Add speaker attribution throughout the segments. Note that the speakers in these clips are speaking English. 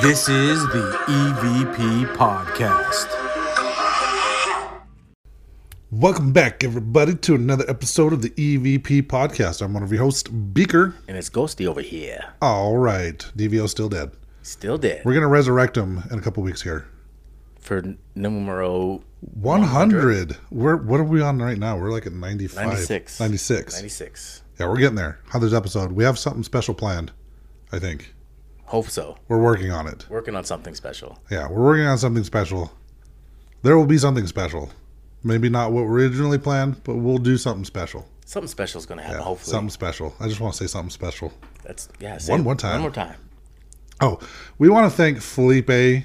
Speaker 1: This is the EVP Podcast.
Speaker 2: Welcome back, everybody, to another episode of the EVP podcast. I'm one of your hosts, Beaker.
Speaker 3: and it's Ghosty over here.
Speaker 2: All right, DVO's still dead.
Speaker 3: Still dead.
Speaker 2: We're gonna resurrect him in a couple weeks here.
Speaker 3: For numero
Speaker 2: 100. We're what are we on right now? We're like at 95,
Speaker 3: 96.
Speaker 2: 96.
Speaker 3: 96.
Speaker 2: Yeah, we're getting there. Hundredth episode. We have something special planned. I think
Speaker 3: Hope so.
Speaker 2: we're working on it.
Speaker 3: Working on something special.
Speaker 2: Yeah, we're working on something special. There will be something special. Maybe not what originally planned, but we'll do something special.
Speaker 3: Something special is going to happen, hopefully.
Speaker 2: Something special. I just want to say something special.
Speaker 3: That's, yeah, say
Speaker 2: One
Speaker 3: it
Speaker 2: more time.
Speaker 3: One more time.
Speaker 2: Oh, we want to thank Felipe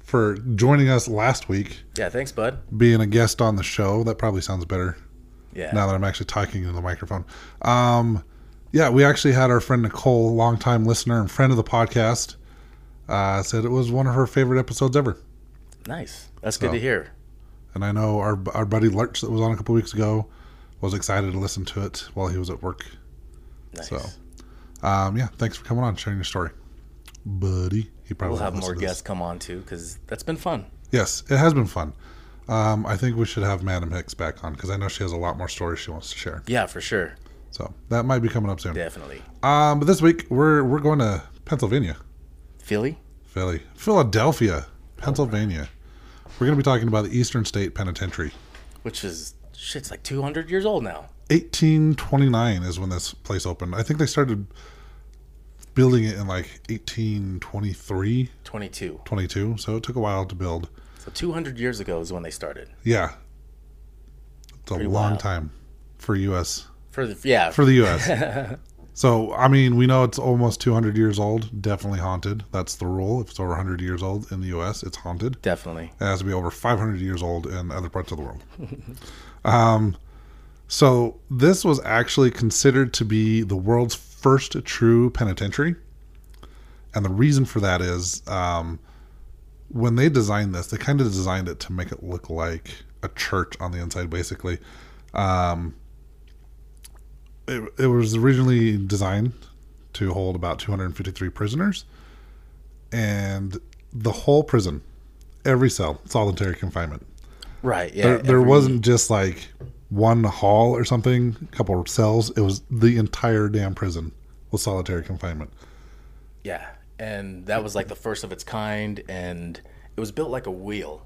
Speaker 2: for joining us last week,
Speaker 3: Yeah, thanks, bud.
Speaker 2: being a guest on the show. That probably sounds better
Speaker 3: Yeah.
Speaker 2: now that I'm actually talking into the microphone. Um, yeah, we actually had our friend Nicole, longtime listener and friend of the podcast, uh, said it was one of her favorite episodes ever.
Speaker 3: Nice. That's
Speaker 2: So-
Speaker 3: good to hear.
Speaker 2: And I know our our buddy Lurch that was on a couple weeks ago was excited to listen to it while he was at work.
Speaker 3: Nice.
Speaker 2: So, um, yeah, thanks for coming on, sharing your story, buddy. He probably
Speaker 3: we'll have
Speaker 2: won't
Speaker 3: more
Speaker 2: listen to this.
Speaker 3: guests come on too because that's been fun.
Speaker 2: Yes, it has been fun. Um, I think we should have Madam Hicks back on because I know she has a lot more stories she wants to share.
Speaker 3: Yeah, for sure.
Speaker 2: So that might be coming up soon.
Speaker 3: Definitely.
Speaker 2: Um, but this week we're we're going to Pennsylvania,
Speaker 3: Philly?
Speaker 2: Philly, Philadelphia, Pennsylvania. We're going to be talking about the Eastern State Penitentiary.
Speaker 3: Which is, shit's like 200 years old now.
Speaker 2: 1829 is when this place opened. I think they started building it in like 1823,
Speaker 3: 22.
Speaker 2: 22. So it took a while to build.
Speaker 3: So 200 years ago is when they started.
Speaker 2: Yeah, it's a
Speaker 3: Pretty
Speaker 2: long
Speaker 3: wild.
Speaker 2: time for U.S.
Speaker 3: For the, yeah.
Speaker 2: for the U.S. so, I mean, we know it's almost 200 years old. Definitely haunted. That's the rule. If it's over 100 years old in the U.S., it's haunted.
Speaker 3: definitely.
Speaker 2: It has to be over 500 years old in other parts of the world. um, so, this was actually considered to be the world's first true penitentiary. And the reason for that is um, when they designed this, they kind of designed it to make it look like a church on the inside, basically. Um, it, it was originally designed to hold about 253 prisoners. And the whole prison every cell solitary confinement
Speaker 3: Right. Yeah.
Speaker 2: there, there
Speaker 3: every-
Speaker 2: wasn't just like one hall or something a couple of cells it was the entire damn prison was solitary confinement
Speaker 3: Yeah, and that was like the first of its kind, and it was built like a wheel.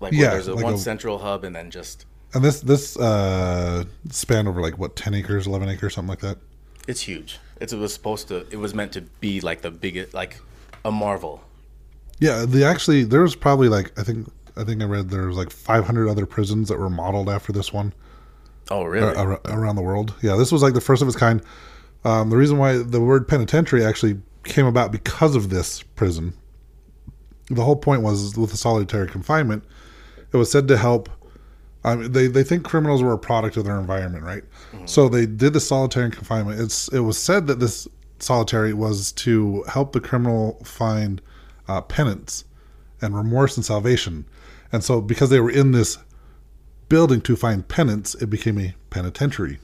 Speaker 3: Like where
Speaker 2: Yeah,
Speaker 3: there's a
Speaker 2: like
Speaker 3: one
Speaker 2: a-
Speaker 3: central hub, and then just
Speaker 2: and this this uh spanned over like what 10 acres 11 acres something like that
Speaker 3: it's huge. It's, it was supposed to. It was meant to be like the biggest, like a marvel.
Speaker 2: yeah the actually there was probably like i think i think i read there was like 500 other prisons that were modeled after this one
Speaker 3: Oh, really?
Speaker 2: ar- around the world. Yeah, this was like the first of its kind. Um, the reason why the word penitentiary actually came about because of this prison. The whole point was with the solitary confinement, it was said to help. I mean, they, they think criminals were a product of their environment, right? So they did the solitary confinement. It's it was said that this solitary was to help the criminal find uh, penance and remorse and salvation. And so because they were in this building to find penance, it became a penitentiary.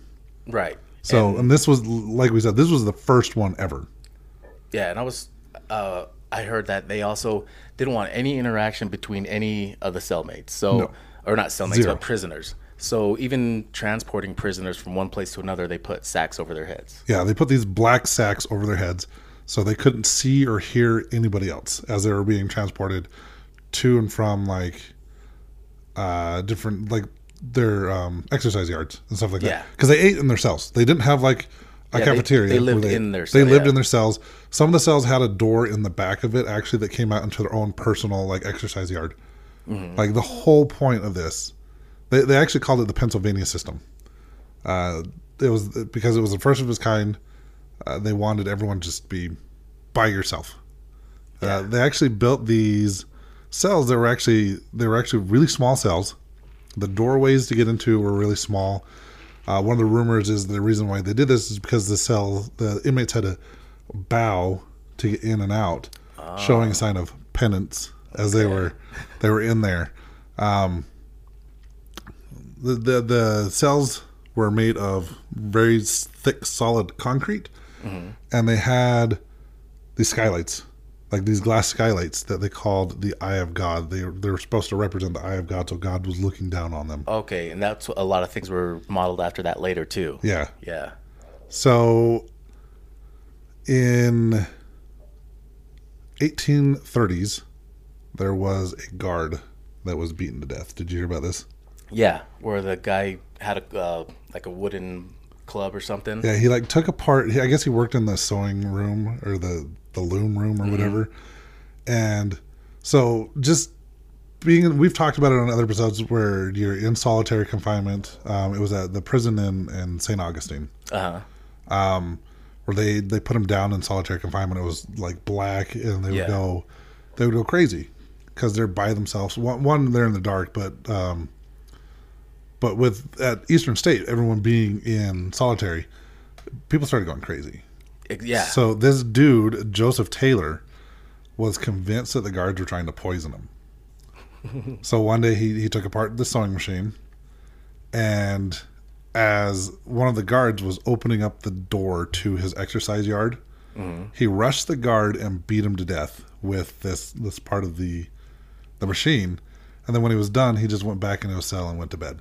Speaker 3: right.
Speaker 2: So,
Speaker 3: And-
Speaker 2: and, this was, like we said, this was the first one ever.
Speaker 3: yeah, and I was, uh, I heard that they also didn't want any interaction between any of the cellmates. So,
Speaker 2: No.
Speaker 3: or not cellmates,
Speaker 2: Zero.
Speaker 3: but prisoners. So even transporting prisoners from one place to another, they put sacks over their heads.
Speaker 2: Yeah, they put these black sacks over their heads so they couldn't see or hear anybody else as they were being transported to and from like uh different like their um exercise yards and stuff like
Speaker 3: Yeah.
Speaker 2: that. Because they ate in their cells. They didn't have like a
Speaker 3: Yeah, they-
Speaker 2: cafeteria.
Speaker 3: they lived
Speaker 2: where
Speaker 3: in their
Speaker 2: They
Speaker 3: cell,
Speaker 2: lived
Speaker 3: yeah.
Speaker 2: in their cells. Some of the cells had a door in the back of it actually that came out into their own personal like exercise yard.
Speaker 3: Mm-hmm.
Speaker 2: Like the whole point of this, they they actually called it the Pennsylvania system. Uh, it was because it was the first of its kind. Uh, they wanted everyone to just be by yourself. Uh, they actually built these cells that were actually they were actually really small cells. The doorways to get into were really small. Uh, one of the rumors is the reason why they did this is because the cell the inmates had to bow to get in and out, showing a sign of penance as they were they were in there. Um, the, the the cells were made of very s- thick solid concrete and they had these skylights like these glass skylights that they called the Eye of God. They they were supposed to represent the Eye of God, so God was looking down on them.
Speaker 3: Okay, and that's what- a lot of things were modeled after that later too.
Speaker 2: Yeah.
Speaker 3: Yeah.
Speaker 2: So in 1830s there was a guard that was beaten to death. Did you hear about this?
Speaker 3: Yeah, where the guy had a uh, like a wooden club or something.
Speaker 2: Yeah, he like took apart. he- I guess he worked in the sewing room or the the loom room or whatever. And so just being, we've talked about it on other episodes where you're in solitary confinement. Um, it was at the prison in in St. Augustine.
Speaker 3: Uh-huh.
Speaker 2: where they they put him down in solitary confinement. It was like black, and they
Speaker 3: Yeah.
Speaker 2: would go, they would go crazy because they're by themselves. One, one, they're in the dark, but um, but with at Eastern State, everyone being in solitary, people started going crazy.
Speaker 3: Ex- Yeah.
Speaker 2: So this dude Joseph Taylor was convinced that the guards were trying to poison him. so one day he he took apart the sewing machine, and as one of the guards was opening up the door to his exercise yard, he rushed the guard and beat him to death with this this part of the the machine. And then when he was done, he just went back into his cell and went to bed,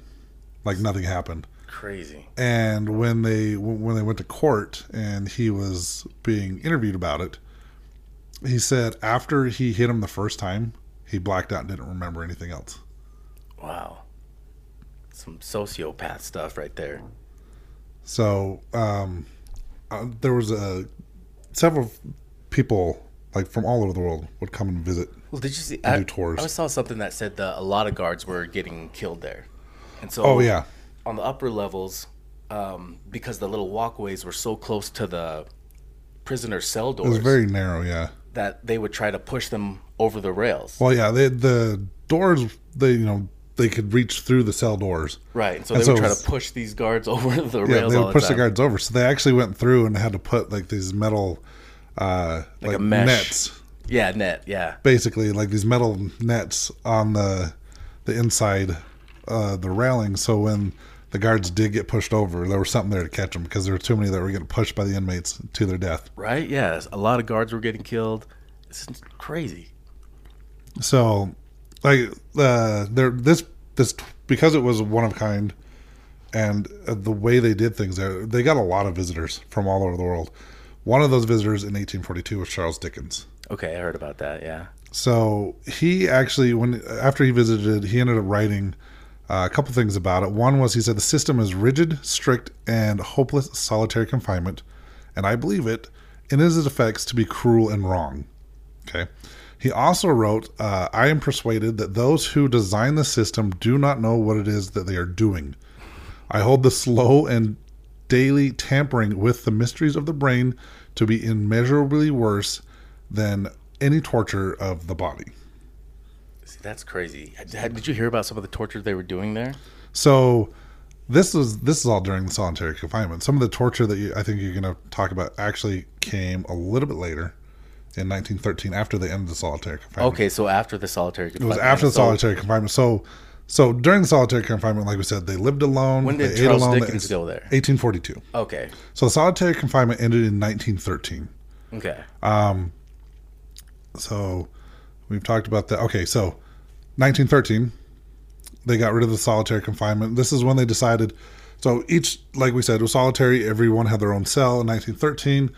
Speaker 2: like nothing happened
Speaker 3: Crazy.
Speaker 2: and when they when they went to court and he was being interviewed about it he said after he hit him the first time he blacked out and didn't remember anything else
Speaker 3: Wow. Some sociopath stuff right there.
Speaker 2: so um, uh, there was a several people like from all over the world would come and visit
Speaker 3: Well, did you see?
Speaker 2: They
Speaker 3: I,
Speaker 2: do tours.
Speaker 3: I saw something that said that a lot of guards were getting killed there, and so
Speaker 2: oh yeah
Speaker 3: on the upper levels, um, because the little walkways were so close to the prisoner cell
Speaker 2: it
Speaker 3: doors
Speaker 2: was very narrow yeah
Speaker 3: that they would try to push them over the rails.
Speaker 2: well yeah they, the doors they you know they could reach through the cell doors
Speaker 3: Right, and so
Speaker 2: And
Speaker 3: they would
Speaker 2: so-
Speaker 3: try to push these guards over
Speaker 2: Yeah,
Speaker 3: the rails
Speaker 2: they
Speaker 3: all
Speaker 2: would
Speaker 3: the
Speaker 2: push the
Speaker 3: time.
Speaker 2: guards over. So they actually went through and had to put like these metal, uh, like,
Speaker 3: a mesh.
Speaker 2: nets,
Speaker 3: yeah, net. Yeah,
Speaker 2: basically like these metal nets on the the inside, uh, the railing. So when the guards did get pushed over, there was something there to catch them because there were too many that were getting pushed by the inmates to their death.
Speaker 3: right. Yeah, a lot of guards were getting killed. This is crazy.
Speaker 2: So, like, uh, there this this because it was one of a kind, and uh, the way they did things there, they got a lot of visitors from all over the world. One of those visitors in 1842 was Charles Dickens.
Speaker 3: Okay, I heard about that. Yeah.
Speaker 2: So he actually, when after he visited, he ended up writing uh, a couple things about it. One was he said the system is rigid, strict, and hopeless solitary confinement, and I believe it in its effects to be cruel and wrong. Okay. He also wrote, uh, "I am persuaded that those who design the system do not know what it is that they are doing. I hold the slow and daily tampering with the mysteries of the brain to be immeasurably worse than any torture of the body.
Speaker 3: See, that's crazy. Had- had- Did you hear about some of the torture they were doing there?
Speaker 2: So this was this is all during the solitary confinement. Some of the torture that you, I think you're going to talk about actually came a little bit later in 1913 after the end of the solitary confinement.
Speaker 3: Okay, so after the solitary
Speaker 2: It
Speaker 3: confinement.
Speaker 2: was after the
Speaker 3: so
Speaker 2: solitary confinement. So so during the solitary confinement, like we said, they lived alone.
Speaker 3: When did
Speaker 2: they ate
Speaker 3: Charles
Speaker 2: alone,
Speaker 3: Dickens
Speaker 2: they-
Speaker 3: go there?
Speaker 2: 1842.
Speaker 3: Okay,
Speaker 2: So the solitary confinement ended in 1913.
Speaker 3: okay,
Speaker 2: So we've talked about that. Okay, so 1913, they got rid of the solitary confinement. This is when they decided. So each, like we said, was solitary. Everyone had their own cell. In 1913,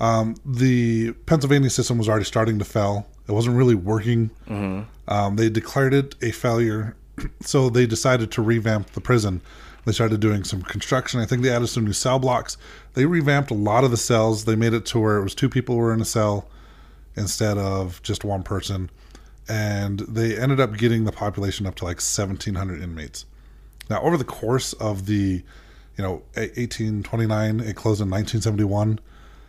Speaker 2: um, the Pennsylvania system was already starting to fail. It wasn't really working. Um, they declared it a failure, so they decided to revamp the prison. They started doing some construction. I think they added some new cell blocks. They revamped a lot of the cells. They made it to where it was two people were in a cell instead of just one person. And they ended up getting the population up to like 1,700 inmates. Now, over the course of the, you know, a- 1829, it closed in 1971.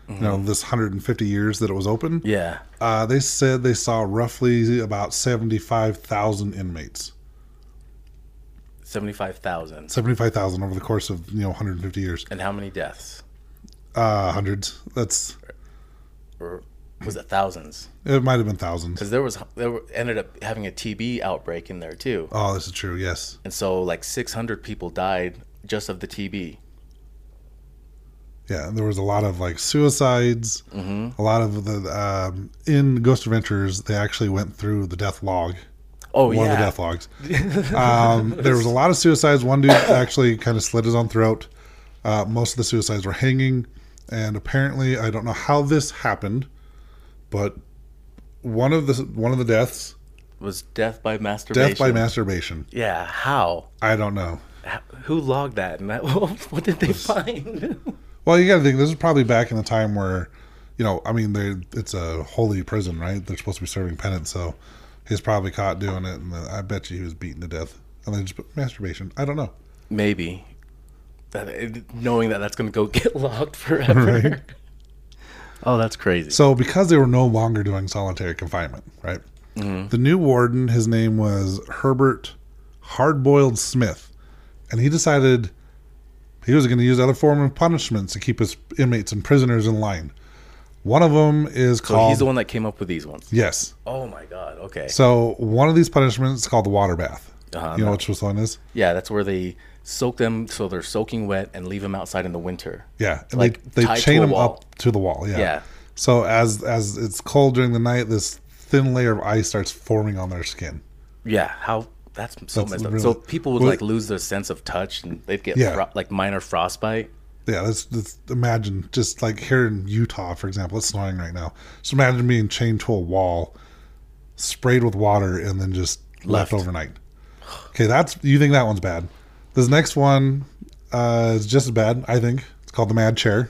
Speaker 2: You know, this 150 years that it was open.
Speaker 3: yeah.
Speaker 2: Uh, they said they saw roughly about 75,000 inmates.
Speaker 3: Seventy-five thousand.
Speaker 2: 75,000 over the course of, you know, 150 years.
Speaker 3: And how many deaths?
Speaker 2: Uh, hundreds. That's,
Speaker 3: Or was it thousands?
Speaker 2: it might have been thousands.
Speaker 3: Because there was there were, ended up having a TB outbreak in there too,
Speaker 2: Oh, this is true. Yes.
Speaker 3: and so like six hundred people died just of the TB.
Speaker 2: Yeah, there was a lot of like suicides. A lot of the um, in Ghost Adventures, they actually went through the death log.
Speaker 3: Oh
Speaker 2: One of the
Speaker 3: yeah.
Speaker 2: death logs. Um, there was a lot of suicides. One dude actually kind of slit his own throat. Uh, most of the suicides were hanging, and apparently, I don't know how this happened, but one of the one of the deaths,
Speaker 3: was death by masturbation.
Speaker 2: death by masturbation.
Speaker 3: Yeah. How?
Speaker 2: I don't know.
Speaker 3: How- Who logged that? And that, what did they find?
Speaker 2: Well, you got to think this is probably back in the time where, you know, I mean, they it's a holy prison, right? They're supposed to be serving penance, so he's probably caught doing it, and I bet you he was beaten to death. And then just put masturbation. I don't know.
Speaker 3: Maybe. That, knowing that that's going to go get logged forever.
Speaker 2: Right.
Speaker 3: Oh, that's crazy.
Speaker 2: So because they were no longer doing solitary confinement, right?
Speaker 3: Mm-hmm.
Speaker 2: The new warden, his name was Herbert Hardboiled Smith, and he decided he was going to use other form of punishments to keep his inmates and prisoners in line. One of them is
Speaker 3: So
Speaker 2: called
Speaker 3: he's the one that came up with these ones.
Speaker 2: yes.
Speaker 3: Oh my god. Okay.
Speaker 2: So one of these punishments is called the water bath.
Speaker 3: Uh-huh,
Speaker 2: you know which this one is?
Speaker 3: yeah, that's where they soak them so they're soaking wet and leave them outside in the winter.
Speaker 2: Yeah, and
Speaker 3: Like,
Speaker 2: they,
Speaker 3: tied
Speaker 2: they
Speaker 3: to
Speaker 2: chain
Speaker 3: a
Speaker 2: them
Speaker 3: wall.
Speaker 2: up to the wall. Yeah.
Speaker 3: Yeah.
Speaker 2: So as as it's cold during the night, this thin layer of ice starts forming on their skin.
Speaker 3: Yeah. How? That's so
Speaker 2: That's
Speaker 3: messed up.
Speaker 2: really-
Speaker 3: so people would
Speaker 2: Well-
Speaker 3: like lose their sense of touch and they'd get
Speaker 2: Yeah.
Speaker 3: fro- like minor frostbite.
Speaker 2: Yeah, that's, that's imagine just like here in Utah, for example, it's snowing right now. Just imagine being chained to a wall, sprayed with water, and then just left,
Speaker 3: Left.
Speaker 2: overnight. Okay, that's you think that one's bad. This next one uh, is just as bad, I think. It's called the Mad Chair.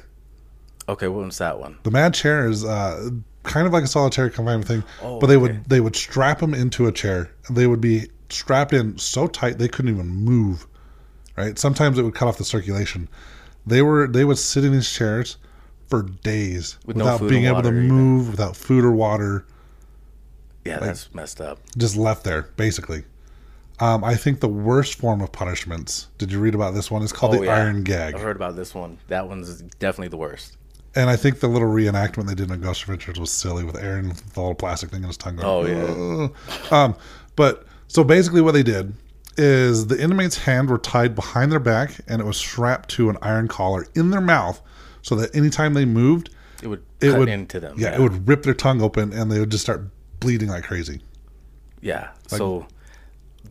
Speaker 3: Okay, what was that one?
Speaker 2: The mad chair is uh, kind of like a solitary confinement thing,
Speaker 3: Oh,
Speaker 2: but they
Speaker 3: okay.
Speaker 2: would they would strap him into a chair. and They would be strapped in so tight they couldn't even move. Right? Sometimes it would cut off the circulation. They were they would sit in these chairs for days
Speaker 3: With no
Speaker 2: without
Speaker 3: food or
Speaker 2: being able to
Speaker 3: water either.
Speaker 2: move, without food or water,
Speaker 3: Yeah, that's messed up.
Speaker 2: just left there basically. Um, I think the worst form of punishments. Did you read about this one? It's called
Speaker 3: Oh,
Speaker 2: the
Speaker 3: yeah.
Speaker 2: iron gag.
Speaker 3: I've heard about this one. That one's definitely the worst.
Speaker 2: And I think the little reenactment they did in Ghost Adventures was silly with Aaron with the little plastic thing in his tongue. Going,
Speaker 3: Oh, yeah.
Speaker 2: "Ugh." Um, but so basically, what they did is the inmates' hand were tied behind their back, and it was strapped to an iron collar in their mouth, so that anytime they moved,
Speaker 3: It would
Speaker 2: it
Speaker 3: cut
Speaker 2: would
Speaker 3: into them.
Speaker 2: Yeah, it would rip their tongue open, and they would just start bleeding like crazy.
Speaker 3: Yeah. so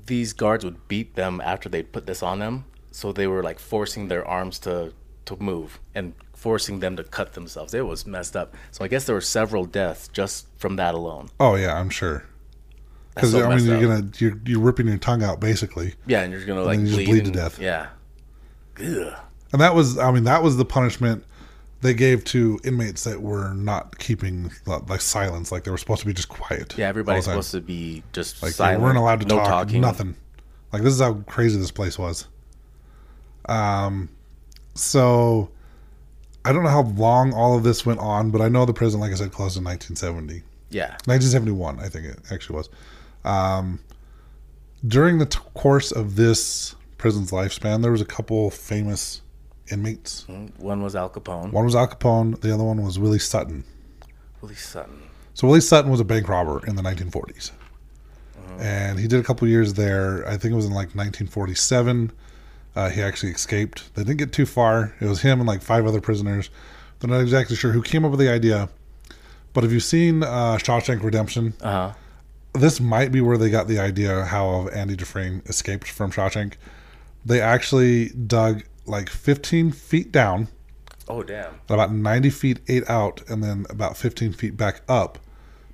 Speaker 3: these guards would beat them after they put this on them. So they were like forcing their arms to to move and forcing them to cut themselves. It was messed up. So I guess there were several deaths just from that alone.
Speaker 2: Oh yeah, I'm sure. Because
Speaker 3: so
Speaker 2: I mean,
Speaker 3: messed
Speaker 2: you're
Speaker 3: up.
Speaker 2: gonna you're, you're ripping your tongue out basically.
Speaker 3: Yeah, and you're gonna like
Speaker 2: then you just
Speaker 3: bleed,
Speaker 2: bleed to
Speaker 3: and-
Speaker 2: death.
Speaker 3: Yeah. Ugh.
Speaker 2: And that was, I mean, that was the punishment they gave to inmates that were not keeping like silence, like they were supposed to be just quiet.
Speaker 3: Yeah, everybody's
Speaker 2: all the time.
Speaker 3: supposed to be just
Speaker 2: Like
Speaker 3: silent.
Speaker 2: they weren't allowed to
Speaker 3: no
Speaker 2: talk,
Speaker 3: talking.
Speaker 2: nothing. Like this is how crazy this place was. Um, so I don't know how long all of this went on, but I know the prison, like I said, closed in 1970.
Speaker 3: Yeah.
Speaker 2: 1971, I think it actually was. Um, during the t- course of this prison's lifespan, there was a couple famous inmates.
Speaker 3: One was Al Capone.
Speaker 2: One was Al Capone, the other one was Willie Sutton.
Speaker 3: Willie Sutton.
Speaker 2: So Willie Sutton was a bank robber in the 1940s. And he did a couple years there. I think it was in like 1947. Uh, he actually escaped. They didn't get too far. It was him and like five other prisoners. They're not exactly sure who came up with the idea. But have you seen uh, Shawshank Redemption?
Speaker 3: Uh huh.
Speaker 2: this might be where they got the idea how Andy Dufresne escaped from Shawshank. They actually dug like 15 feet down,
Speaker 3: Oh damn.
Speaker 2: about 90 feet eight out, and then about 15 feet back up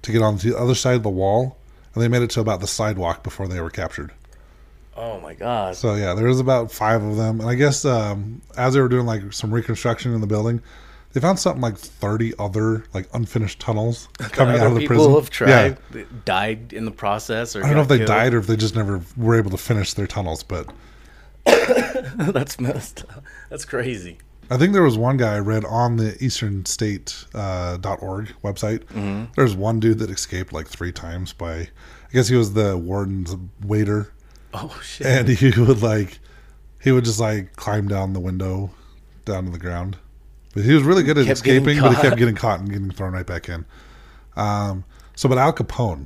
Speaker 2: to get on the other side of the wall. And they made it to about the sidewalk before they were captured.
Speaker 3: Oh my god.
Speaker 2: So yeah, there was about five of them, and I guess um, as they were doing like some reconstruction in the building, they found something like 30 other like unfinished tunnels coming out
Speaker 3: Other
Speaker 2: of the
Speaker 3: people
Speaker 2: prison.
Speaker 3: have tried, died in the process, or
Speaker 2: I don't know if they died or if they just never were able to finish their tunnels, but
Speaker 3: That's messed up. That's crazy.
Speaker 2: I think there was one guy I read on the easternstate.org uh, dot org website.
Speaker 3: Mm-hmm.
Speaker 2: There's one dude that escaped like three times by, I guess he was the warden's waiter.
Speaker 3: Oh shit.
Speaker 2: And he would like, he would just like climb down the window, down to the ground. But he was really good at
Speaker 3: Kept getting
Speaker 2: escaping, but he kept
Speaker 3: caught.
Speaker 2: getting caught and getting thrown right back in. Um, so, but Al Capone,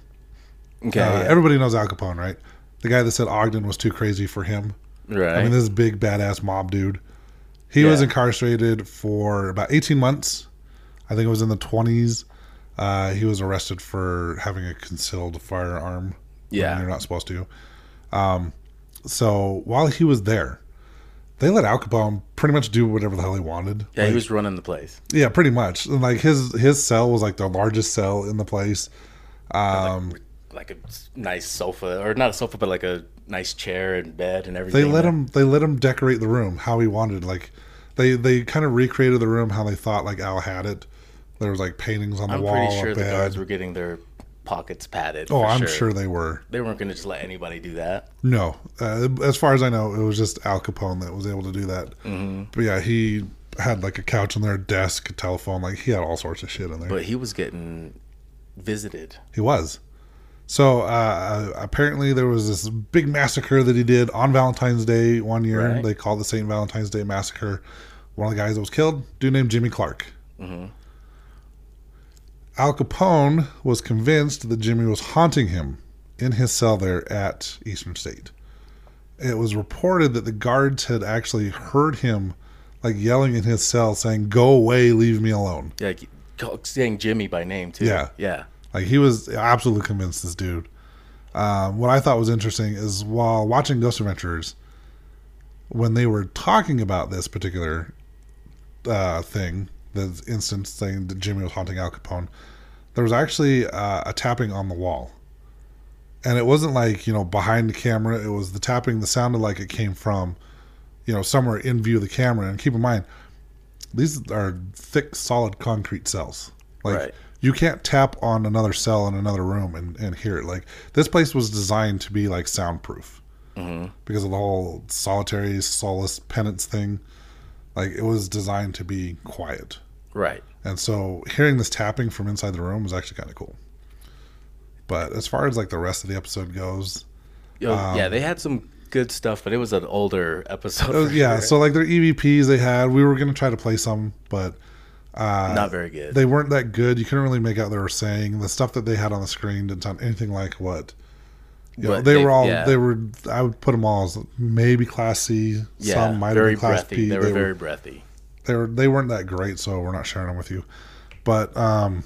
Speaker 3: okay.
Speaker 2: uh, everybody knows Al Capone, right? The guy that said Ogden was too crazy for him.
Speaker 3: right.
Speaker 2: I mean, this big badass mob dude. He was
Speaker 3: Yeah.
Speaker 2: incarcerated for about 18 months. I think it was in the 20s. Uh, he was arrested for having a concealed firearm. when
Speaker 3: Yeah.
Speaker 2: You're not supposed to. Um, so while he was there, they let Al Capone pretty much do whatever the hell he wanted.
Speaker 3: Yeah,
Speaker 2: Like,
Speaker 3: he was running the place.
Speaker 2: yeah, pretty much. And like his his cell was like the largest cell in the place.
Speaker 3: Like a s- nice sofa, or not a sofa, but like a nice chair and bed and everything.
Speaker 2: They let him they let him decorate the room how he wanted. Like they they kind of recreated the room how they thought like Al had it. There was like paintings on the
Speaker 3: I'm
Speaker 2: wall.
Speaker 3: pretty
Speaker 2: a
Speaker 3: sure the
Speaker 2: bed.
Speaker 3: guards were getting their pockets padded.
Speaker 2: Oh,
Speaker 3: for
Speaker 2: I'm sure they were.
Speaker 3: They weren't going to just let anybody do that.
Speaker 2: No, uh, as far as I know, it was just Al Capone that was able to do that.
Speaker 3: Mm-hmm.
Speaker 2: But yeah, he had like a couch in there, a desk, a telephone, like he had all sorts of shit in there.
Speaker 3: But he was getting visited.
Speaker 2: he was. So uh, apparently, there was this big massacre that he did on Valentine's Day one year.
Speaker 3: Right.
Speaker 2: They called the St. Valentine's Day massacre. One of the guys that was killed, dude named Jimmy Clark. Mm-hmm. Al Capone was convinced that Jimmy was haunting him in his cell there at Eastern State. It was reported that the guards had actually heard him like yelling in his cell saying, Go away, leave me alone.
Speaker 3: Yeah, like, ca- saying Jimmy by name too.
Speaker 2: Yeah.
Speaker 3: yeah.
Speaker 2: Like he was absolutely convinced this dude. Um, what I thought was interesting is while watching Ghost Adventures, when they were talking about this particular uh, thing, the instance saying that Jimmy was haunting Al Capone, there was actually uh, a tapping on the wall. And it wasn't like, you know, behind the camera. It was the tapping that sounded like it came from, you know, somewhere in view of the camera. And keep in mind, these are thick, solid concrete cells. Like,
Speaker 3: Right.
Speaker 2: you can't tap on another cell in another room and, and hear it. Like, this place was designed to be like soundproof
Speaker 3: Mm-hmm.
Speaker 2: because of the whole solitary solace penance thing. Like it was designed to be quiet,
Speaker 3: Right.
Speaker 2: and so hearing this tapping from inside the room was actually kind of cool. But as far as like the rest of the episode goes,
Speaker 3: Yo,
Speaker 2: Um,
Speaker 3: yeah, they had some good stuff, but it was an older episode.
Speaker 2: oh,
Speaker 3: for
Speaker 2: yeah.
Speaker 3: sure.
Speaker 2: So like their EVPs they had, we were gonna try to play some, but
Speaker 3: not very good.
Speaker 2: Uh, they weren't that good. You couldn't really make out they were saying the stuff that they had on the screen didn't sound anything like what. You know,
Speaker 3: What
Speaker 2: they,
Speaker 3: they-
Speaker 2: were all
Speaker 3: yeah.
Speaker 2: they were. I would put them all as maybe class C.
Speaker 3: yeah,
Speaker 2: some might have
Speaker 3: very
Speaker 2: been class
Speaker 3: breathy.
Speaker 2: P.
Speaker 3: They were very breathy.
Speaker 2: they were they weren't that great, so we're not sharing them with you. But um,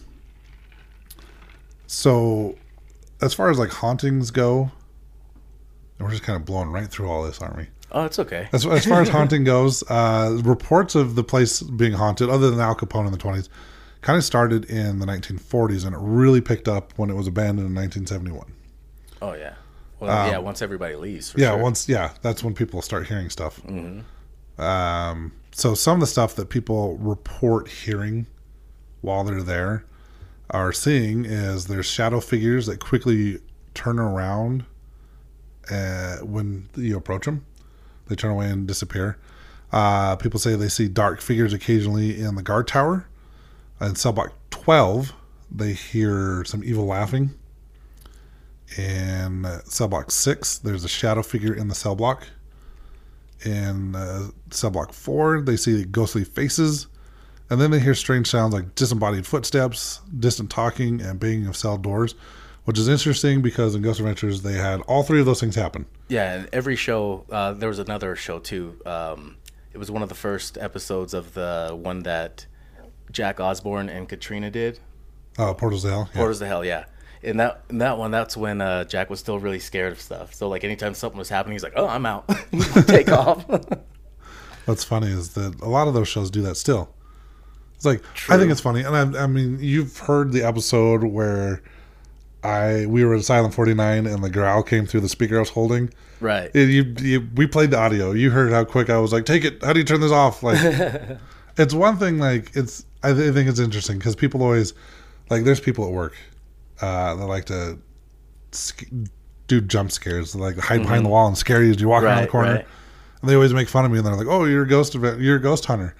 Speaker 2: so as far as like hauntings go, and we're just kind of blowing right through all this, aren't we?
Speaker 3: Oh, it's okay.
Speaker 2: As, as far as haunting goes, uh, reports of the place being haunted, other than Al Capone in the 20s, kind of started in the 1940s and it really picked up when it was abandoned in 1971.
Speaker 3: Oh yeah. Well, yeah. Once everybody leaves. For
Speaker 2: Um, Yeah,
Speaker 3: sure.
Speaker 2: once, yeah, that's when people start hearing stuff.
Speaker 3: Mm-hmm.
Speaker 2: Um, so some of the stuff that people report hearing while they're there are seeing is there's shadow figures that quickly turn around uh, when you approach them. They turn away and disappear. Uh, people say they see dark figures occasionally in the guard tower. In cell block 12, they hear some evil laughing. In uh, cell block 6, there's a shadow figure in the cell block. In uh, cell block 4, they see ghostly faces. And then they hear strange sounds like disembodied footsteps, distant talking, and banging of cell doors, which is interesting because in Ghost Adventures, they had all three of those things happen.
Speaker 3: Yeah, and every show uh, there was another show too. Um, it was one of the first episodes of the one that Jack Osborne and Katrina did.
Speaker 2: Uh, Portals to Hell. yeah.
Speaker 3: Portals to Hell, yeah. And that in that one, that's when uh, Jack was still really scared of stuff. So like anytime something was happening, he's like, "Oh, I'm out, take off."
Speaker 2: What's funny is that a lot of those shows do that still. It's like I think it's funny, and I, I mean, you've heard the episode where I we were at Silent Forty Nine, and the growl came through the speaker I was holding.
Speaker 3: right.
Speaker 2: It- you, you, we played the audio. You heard how quick I was like, "Take it! How do you turn this off?" Like, it's one thing. Like, it's I, th- I think it's interesting because people always like. There's people at work uh, that like to sc- do jump scares, like hide behind the wall and scare you as you walk around the
Speaker 3: Mm-hmm. Right,
Speaker 2: corner.
Speaker 3: right.
Speaker 2: And they always make fun of me, and they're like, "Oh, you're a ghost. event- You're a ghost hunter."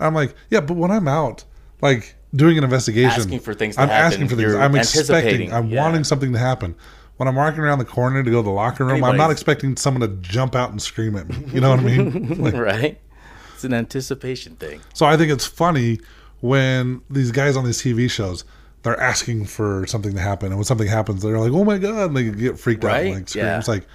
Speaker 2: I'm like, "Yeah, but when I'm out, like doing an investigation,
Speaker 3: Asking for things to
Speaker 2: I'm
Speaker 3: happen,
Speaker 2: asking for things.
Speaker 3: you're
Speaker 2: I'm expecting.
Speaker 3: anticipating,
Speaker 2: I'm
Speaker 3: yeah.
Speaker 2: wanting something to happen." When I'm walking around the corner to go to the locker room, I'm not
Speaker 3: Anybody's-
Speaker 2: expecting someone to jump out and scream at me. You know what I mean? Like,
Speaker 3: right? It's an anticipation thing.
Speaker 2: so I think it's funny when these guys on these TV shows they're asking for something to happen, and when something happens, they're like, "Oh my god!" and they get freaked out and
Speaker 3: Right?
Speaker 2: like scream.
Speaker 3: Yeah.
Speaker 2: It's like,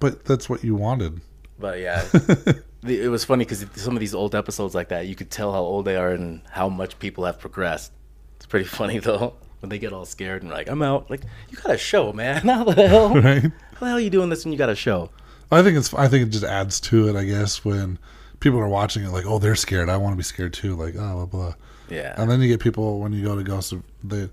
Speaker 2: but that's what you wanted.
Speaker 3: But yeah, the- it was funny because some of these old episodes like that, you could tell how old they are and how much people have progressed. It's pretty funny though when they get all scared and like, "I'm out." Like, you got a show, man. How the hell?
Speaker 2: Right.
Speaker 3: How the hell are you doing this when you got a show?
Speaker 2: I think it's. I think it just adds to it. I guess when people are watching it, like, oh, they're scared. I want to be scared too. Like, oh, blah blah.
Speaker 3: Yeah.
Speaker 2: And then you get people when you go to Ghost, of- they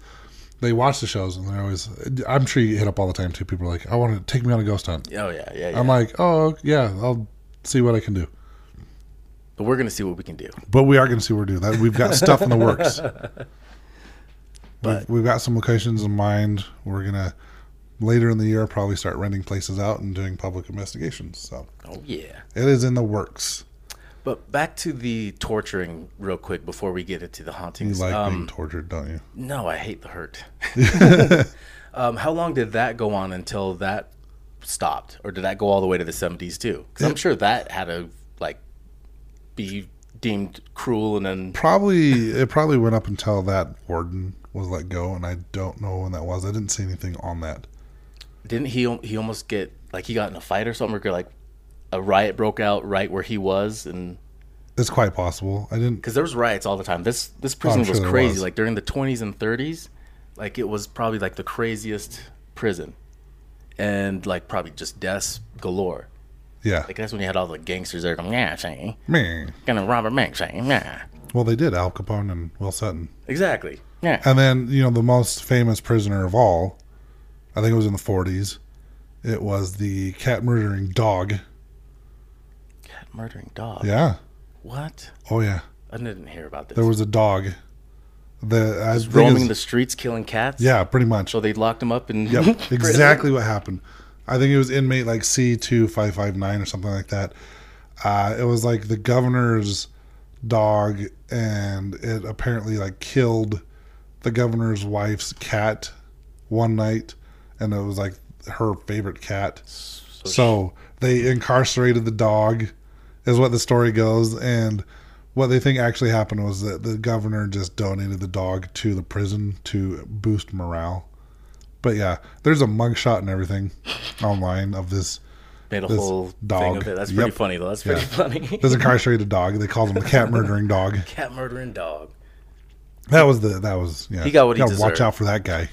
Speaker 2: they watch the shows and they're always. I'm sure you hit up all the time too. People are like, I want to take me on a ghost hunt.
Speaker 3: oh yeah, yeah, yeah.
Speaker 2: I'm like, oh yeah, I'll see what I can do.
Speaker 3: but we're gonna see what we can do.
Speaker 2: But we are going to see what we do. That we've got stuff in the works.
Speaker 3: But-
Speaker 2: we've, we've got some locations in mind. We're gonna later in the year probably start renting places out and doing public investigations. So
Speaker 3: Oh yeah.
Speaker 2: it is in the works.
Speaker 3: But back to the torturing real quick before we get into the
Speaker 2: You
Speaker 3: hauntings.
Speaker 2: like
Speaker 3: um,
Speaker 2: being tortured, don't you?
Speaker 3: No, I hate the hurt. um, how long did that go on until that stopped, or did that go all the way to the seventies too? Because I'm sure that had to like be deemed cruel, and then
Speaker 2: Probably it probably went up until that warden was let go, and I don't know when that was. I didn't see anything on that.
Speaker 3: didn't he? al- He almost get like he got in a fight or something, or like a riot broke out right where he was, and
Speaker 2: It's quite possible. I didn't.
Speaker 3: because there was riots all the time. This this prison
Speaker 2: Oh, I'm
Speaker 3: was
Speaker 2: sure there
Speaker 3: crazy.
Speaker 2: was.
Speaker 3: Like during the 20s and 30s, like it was probably like the craziest prison, and like probably just deaths galore.
Speaker 2: Yeah,
Speaker 3: Like that's when you had all the gangsters there going, yeah, Shane,
Speaker 2: me.
Speaker 3: gonna rob a bank, Shane, yeah.
Speaker 2: Well, they did Al Capone and Will Sutton.
Speaker 3: Exactly. Yeah.
Speaker 2: And then, you know, the most famous prisoner of all, I think it was in the 40s, it was the cat murdering dog.
Speaker 3: Cat murdering dog.
Speaker 2: Yeah.
Speaker 3: What?
Speaker 2: Oh, yeah.
Speaker 3: I didn't hear about this.
Speaker 2: There was a dog that I think
Speaker 3: roaming
Speaker 2: is-
Speaker 3: the streets, killing cats.
Speaker 2: Yeah, pretty much.
Speaker 3: So they locked him up and
Speaker 2: Yep, exactly what happened. I think it was inmate like C2559 or something like that. Uh, it was like the governor's dog, and it apparently like killed the governor's wife's cat one night, and it was like her favorite cat. So, they incarcerated the dog, is what the story goes. And what they think actually happened was that the governor just donated the dog to the prison to boost morale. But yeah, there's a mugshot and everything online of this
Speaker 3: made a
Speaker 2: This
Speaker 3: whole thing
Speaker 2: dog.
Speaker 3: of it. That's pretty
Speaker 2: Yep.
Speaker 3: funny though. That's
Speaker 2: Yeah.
Speaker 3: pretty funny.
Speaker 2: this incarcerated dog. They called him the cat murdering dog.
Speaker 3: cat murdering dog.
Speaker 2: That was the that was yeah.
Speaker 3: He got what he
Speaker 2: Gotta Watch
Speaker 3: deserved.
Speaker 2: out for that guy.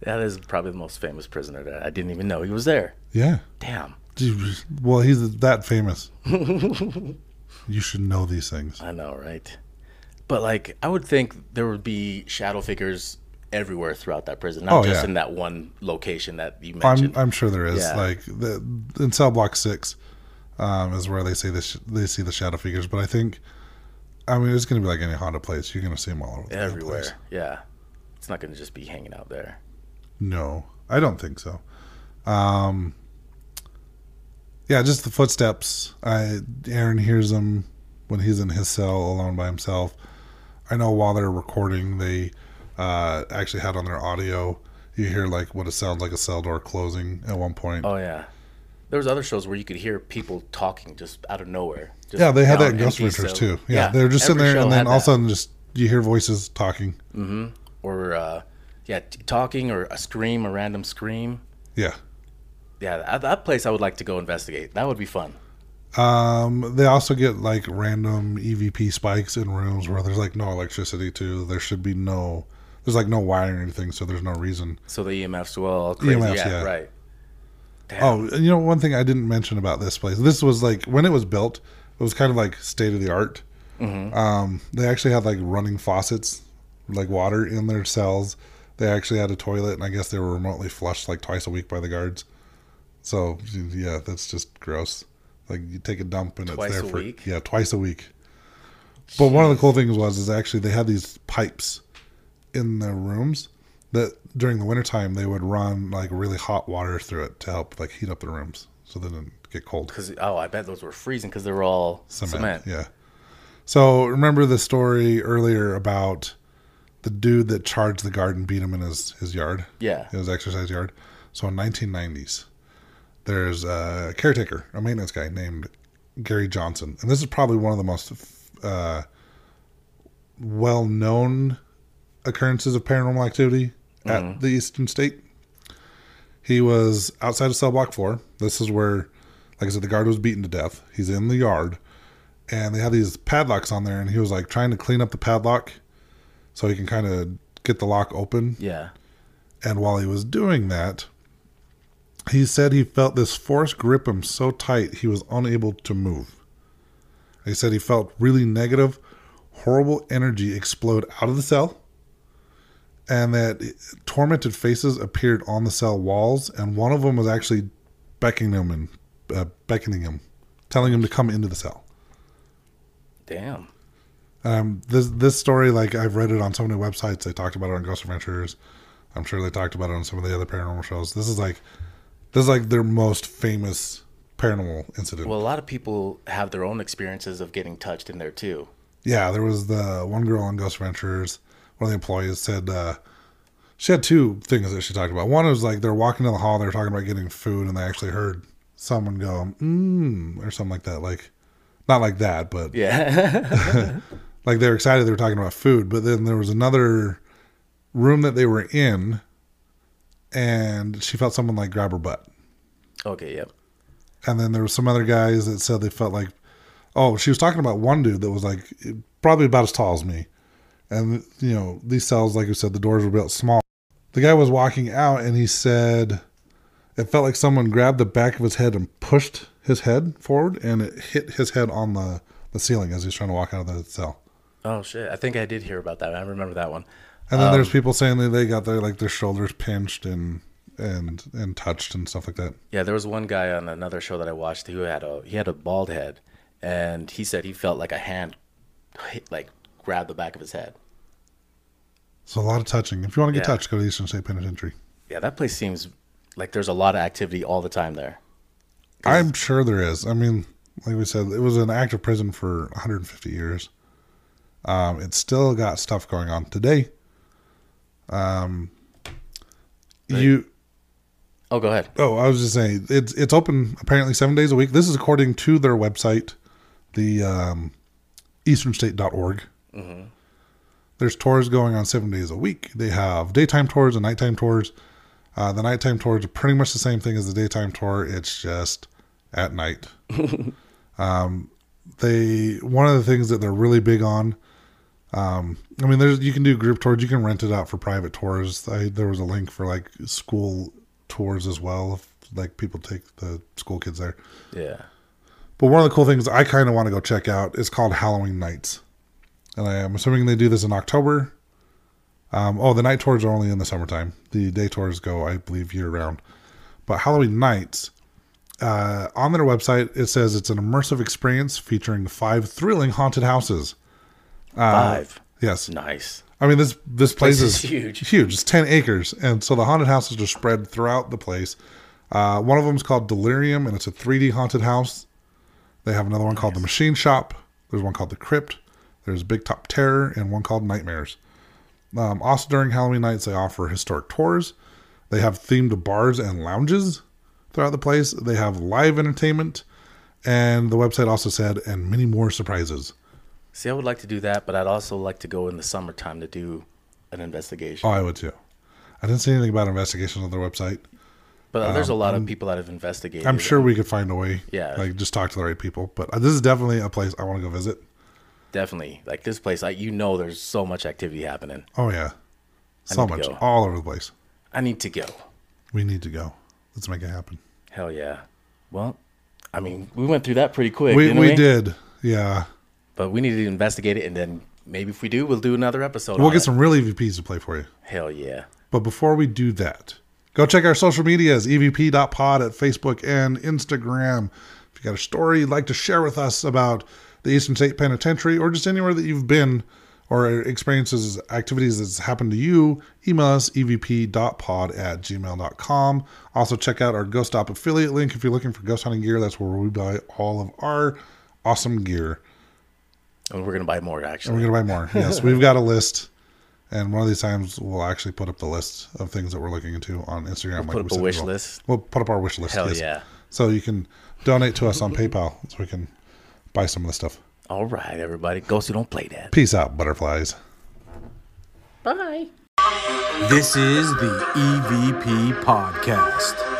Speaker 3: That is probably the most famous prisoner that I didn't even know he was there.
Speaker 2: Yeah.
Speaker 3: Damn.
Speaker 2: Jeez, Well, he's that famous. you should know these things.
Speaker 3: I know, right? But like, I would think there would be shadow figures everywhere throughout that prison, not
Speaker 2: Oh,
Speaker 3: just
Speaker 2: yeah.
Speaker 3: in that one location that you
Speaker 2: I'm
Speaker 3: mentioned.
Speaker 2: I'm sure there is
Speaker 3: Yeah.
Speaker 2: like the, in cell block six um, is where they say this they see the shadow figures, but I think I mean it's going to be like any haunted place. You're going to see them all over the damn
Speaker 3: everywhere.
Speaker 2: place.
Speaker 3: Yeah, it's not going to just be hanging out there.
Speaker 2: No, I don't think so. Um, yeah, just the footsteps. I Aaron hears them when he's in his cell alone by himself. I know while they're recording, they uh, actually had on their audio. You hear like what it sounds like a cell door closing at one point.
Speaker 3: Oh yeah, there was other shows where you could hear people talking just out of nowhere. Just
Speaker 2: yeah, they had that
Speaker 3: down
Speaker 2: in Ghost
Speaker 3: empty
Speaker 2: Adventures
Speaker 3: cell.
Speaker 2: too. Yeah, they're just sitting
Speaker 3: every
Speaker 2: there,
Speaker 3: show
Speaker 2: and then
Speaker 3: had
Speaker 2: all of a
Speaker 3: that.
Speaker 2: sudden, just you hear voices talking.
Speaker 3: or uh, yeah, t- talking or a scream, a random scream.
Speaker 2: Yeah.
Speaker 3: Yeah, that, that place I would like to go investigate. That would be fun.
Speaker 2: Um, they also get like random EVP spikes in rooms where there's like no electricity too. There should be no, there's like no wiring or anything, so there's no reason.
Speaker 3: So the EMFs were all crazy.
Speaker 2: EMFs,
Speaker 3: yeah,
Speaker 2: E yeah.
Speaker 3: right. Damn.
Speaker 2: Oh, and you know one thing I didn't mention about this place. This was like when it was built, it was kind of like state of the art.
Speaker 3: Mm-hmm.
Speaker 2: Um, they actually had like running faucets, like water in their cells. They actually had a toilet, and I guess they were remotely flushed like twice a week by the guards. So yeah, that's just gross. Like you take a dump and
Speaker 3: Twice
Speaker 2: it's there
Speaker 3: a
Speaker 2: for
Speaker 3: week?
Speaker 2: yeah, twice a week. But one of the cool things was is actually they had these pipes in the rooms that during the wintertime they would run like really hot water through it to help like heat up the rooms so they didn't get cold.
Speaker 3: Cause oh, I bet those were freezing because they were all cement.
Speaker 2: Yeah. So remember the story earlier about the dude that charged the guard and beat him in his, his yard,
Speaker 3: Yeah.
Speaker 2: his exercise yard. So in 1990s, there's a caretaker, a maintenance guy named Gary Johnson, and this is probably one of the most uh, well-known occurrences of paranormal activity at the Eastern State. He was outside of cell block four. This is where Like I said, the guard was beaten to death. He's in the yard, and they had these padlocks on there, and he was like trying to clean up the padlock so he can kind of get the lock open.
Speaker 3: Yeah.
Speaker 2: And while he was doing that, he said he felt this force grip him so tight he was unable to move. He said he felt really negative, horrible energy explode out of the cell, and that tormented faces appeared on the cell walls, and one of them was actually beckoning him and uh, beckoning him, telling him to come into the cell.
Speaker 3: Damn.
Speaker 2: Um, this this story, like I've read it on so many websites. They talked about it on Ghost Adventures. I'm sure they talked about it on some of the other paranormal shows. This is like this is like their most famous paranormal incident.
Speaker 3: Well, a lot of people have their own experiences of getting touched in there too.
Speaker 2: yeah, there was the one girl on Ghost Adventures. One of the employees said uh, she had two things that she talked about. One was like they're walking down the hall, they were talking about getting food, and they actually heard someone go "mmm" or something like that. Like not like that, but
Speaker 3: Yeah.
Speaker 2: like they were excited they were talking about food but then there was another room that they were in and she felt someone like grab her butt
Speaker 3: okay. Yep.
Speaker 2: and then there was some other guys that said they felt like oh she was talking about one dude that was like probably about as tall as me and you know these cells like you said the doors were built small the guy was walking out and he said it felt like someone grabbed the back of his head and pushed his head forward and it hit his head on the, the ceiling as he was trying to walk out of the cell
Speaker 3: Oh shit! I think I did hear about that. I remember that one.
Speaker 2: And then there's people saying that they got their like their shoulders pinched and and and touched and stuff like that.
Speaker 3: Yeah, there was one guy on another show that I watched who had a he had a bald head, and he said he felt like a hand, hit, like grabbed the back of his head.
Speaker 2: So a lot of touching. If you want to get
Speaker 3: Yeah.
Speaker 2: touched, go to Eastern State Penitentiary.
Speaker 3: Yeah, that place seems like there's a lot of activity all the time there.
Speaker 2: I'm sure there is. I mean, like we said, it was an active prison for 150 years. Um, it's still got stuff going on today. Um, you
Speaker 3: Oh, go ahead.
Speaker 2: Oh, I was just saying it's it's open apparently seven days a week. This is according to their website, the um, easternstate.org. There's tours going on seven days a week. They have daytime tours and nighttime tours. Uh, the nighttime tours are pretty much the same thing as the daytime tour. It's just at night. um, they one of the things that they're really big on. Um, I mean, there's you can do group tours. You can rent it out for private tours. I, there was a link for like school tours as well. If, like people take the school kids there.
Speaker 3: Yeah.
Speaker 2: But one of the cool things I kind of want to go check out is called Halloween Nights, and I am assuming they do this in October. Um, oh, the night tours are only in the summertime. The day tours go, I believe, year round. But Halloween Nights, uh, on their website, it says it's an immersive experience featuring five thrilling haunted houses. Uh,
Speaker 3: Five.
Speaker 2: Yes,
Speaker 3: Nice.
Speaker 2: I mean this this place,
Speaker 3: is
Speaker 2: is
Speaker 3: huge.
Speaker 2: Huge. It's ten acres, and so the haunted houses are spread throughout the place. Uh, one of them is called Delirium, and it's a 3D haunted house. They have another one called the Machine Shop. There's one called the Crypt. There's Big Top Terror, and one called Nightmares. Um, also during Halloween nights, they offer historic tours. They have themed bars and lounges throughout the place. They have live entertainment, and the website also said, and many more surprises.
Speaker 3: See, I would like to do that, but I'd also like to go in the summertime to do an investigation.
Speaker 2: Oh, I would too. I didn't see anything about investigations on their website.
Speaker 3: but there's a lot of people that have investigated.
Speaker 2: um, I'm sure we could find a way.
Speaker 3: Yeah.
Speaker 2: Like just talk to the right people. But uh, this is definitely a place I want to go visit.
Speaker 3: Definitely, like this place, I you know, there's so much activity happening.
Speaker 2: Oh yeah.
Speaker 3: need
Speaker 2: So
Speaker 3: to
Speaker 2: much.
Speaker 3: go.
Speaker 2: All over the place.
Speaker 3: I need to go.
Speaker 2: We need to go. Let's make it happen.
Speaker 3: Hell yeah. Well, I mean, we went through that pretty quick.
Speaker 2: We
Speaker 3: didn't
Speaker 2: we did. Yeah.
Speaker 3: But we need to investigate it, and then maybe if we do, we'll do another episode.
Speaker 2: We'll
Speaker 3: on
Speaker 2: get
Speaker 3: it.
Speaker 2: some real EVPs to play for you.
Speaker 3: Hell yeah.
Speaker 2: But before we do that, go check our social E medias, evp.pod at Facebook and Instagram. If you got a story you'd like to share with us about the Eastern State Penitentiary or just anywhere that you've been or experiences, activities that's happened to you, email us E evp.pod at gmail.com. Also, check out our Ghost Op affiliate link if you're looking for ghost hunting gear. That's where we buy all of our awesome gear.
Speaker 3: And we're gonna buy more
Speaker 2: We're
Speaker 3: actually.
Speaker 2: gonna buy more. Yes, we've got a list, and one of these times we'll actually put up the list of things that we're looking into on Instagram.
Speaker 3: put up
Speaker 2: we
Speaker 3: a
Speaker 2: said
Speaker 3: wish
Speaker 2: we'll.
Speaker 3: list.
Speaker 2: We'll put up our wish list.
Speaker 3: Hell
Speaker 2: yes.
Speaker 3: yeah.
Speaker 2: So you can donate to us on PayPal, so we can buy some of the stuff.
Speaker 3: All right, everybody. Ghost, you don't play that.
Speaker 2: Peace out, butterflies.
Speaker 1: This is the EVP E Podcast.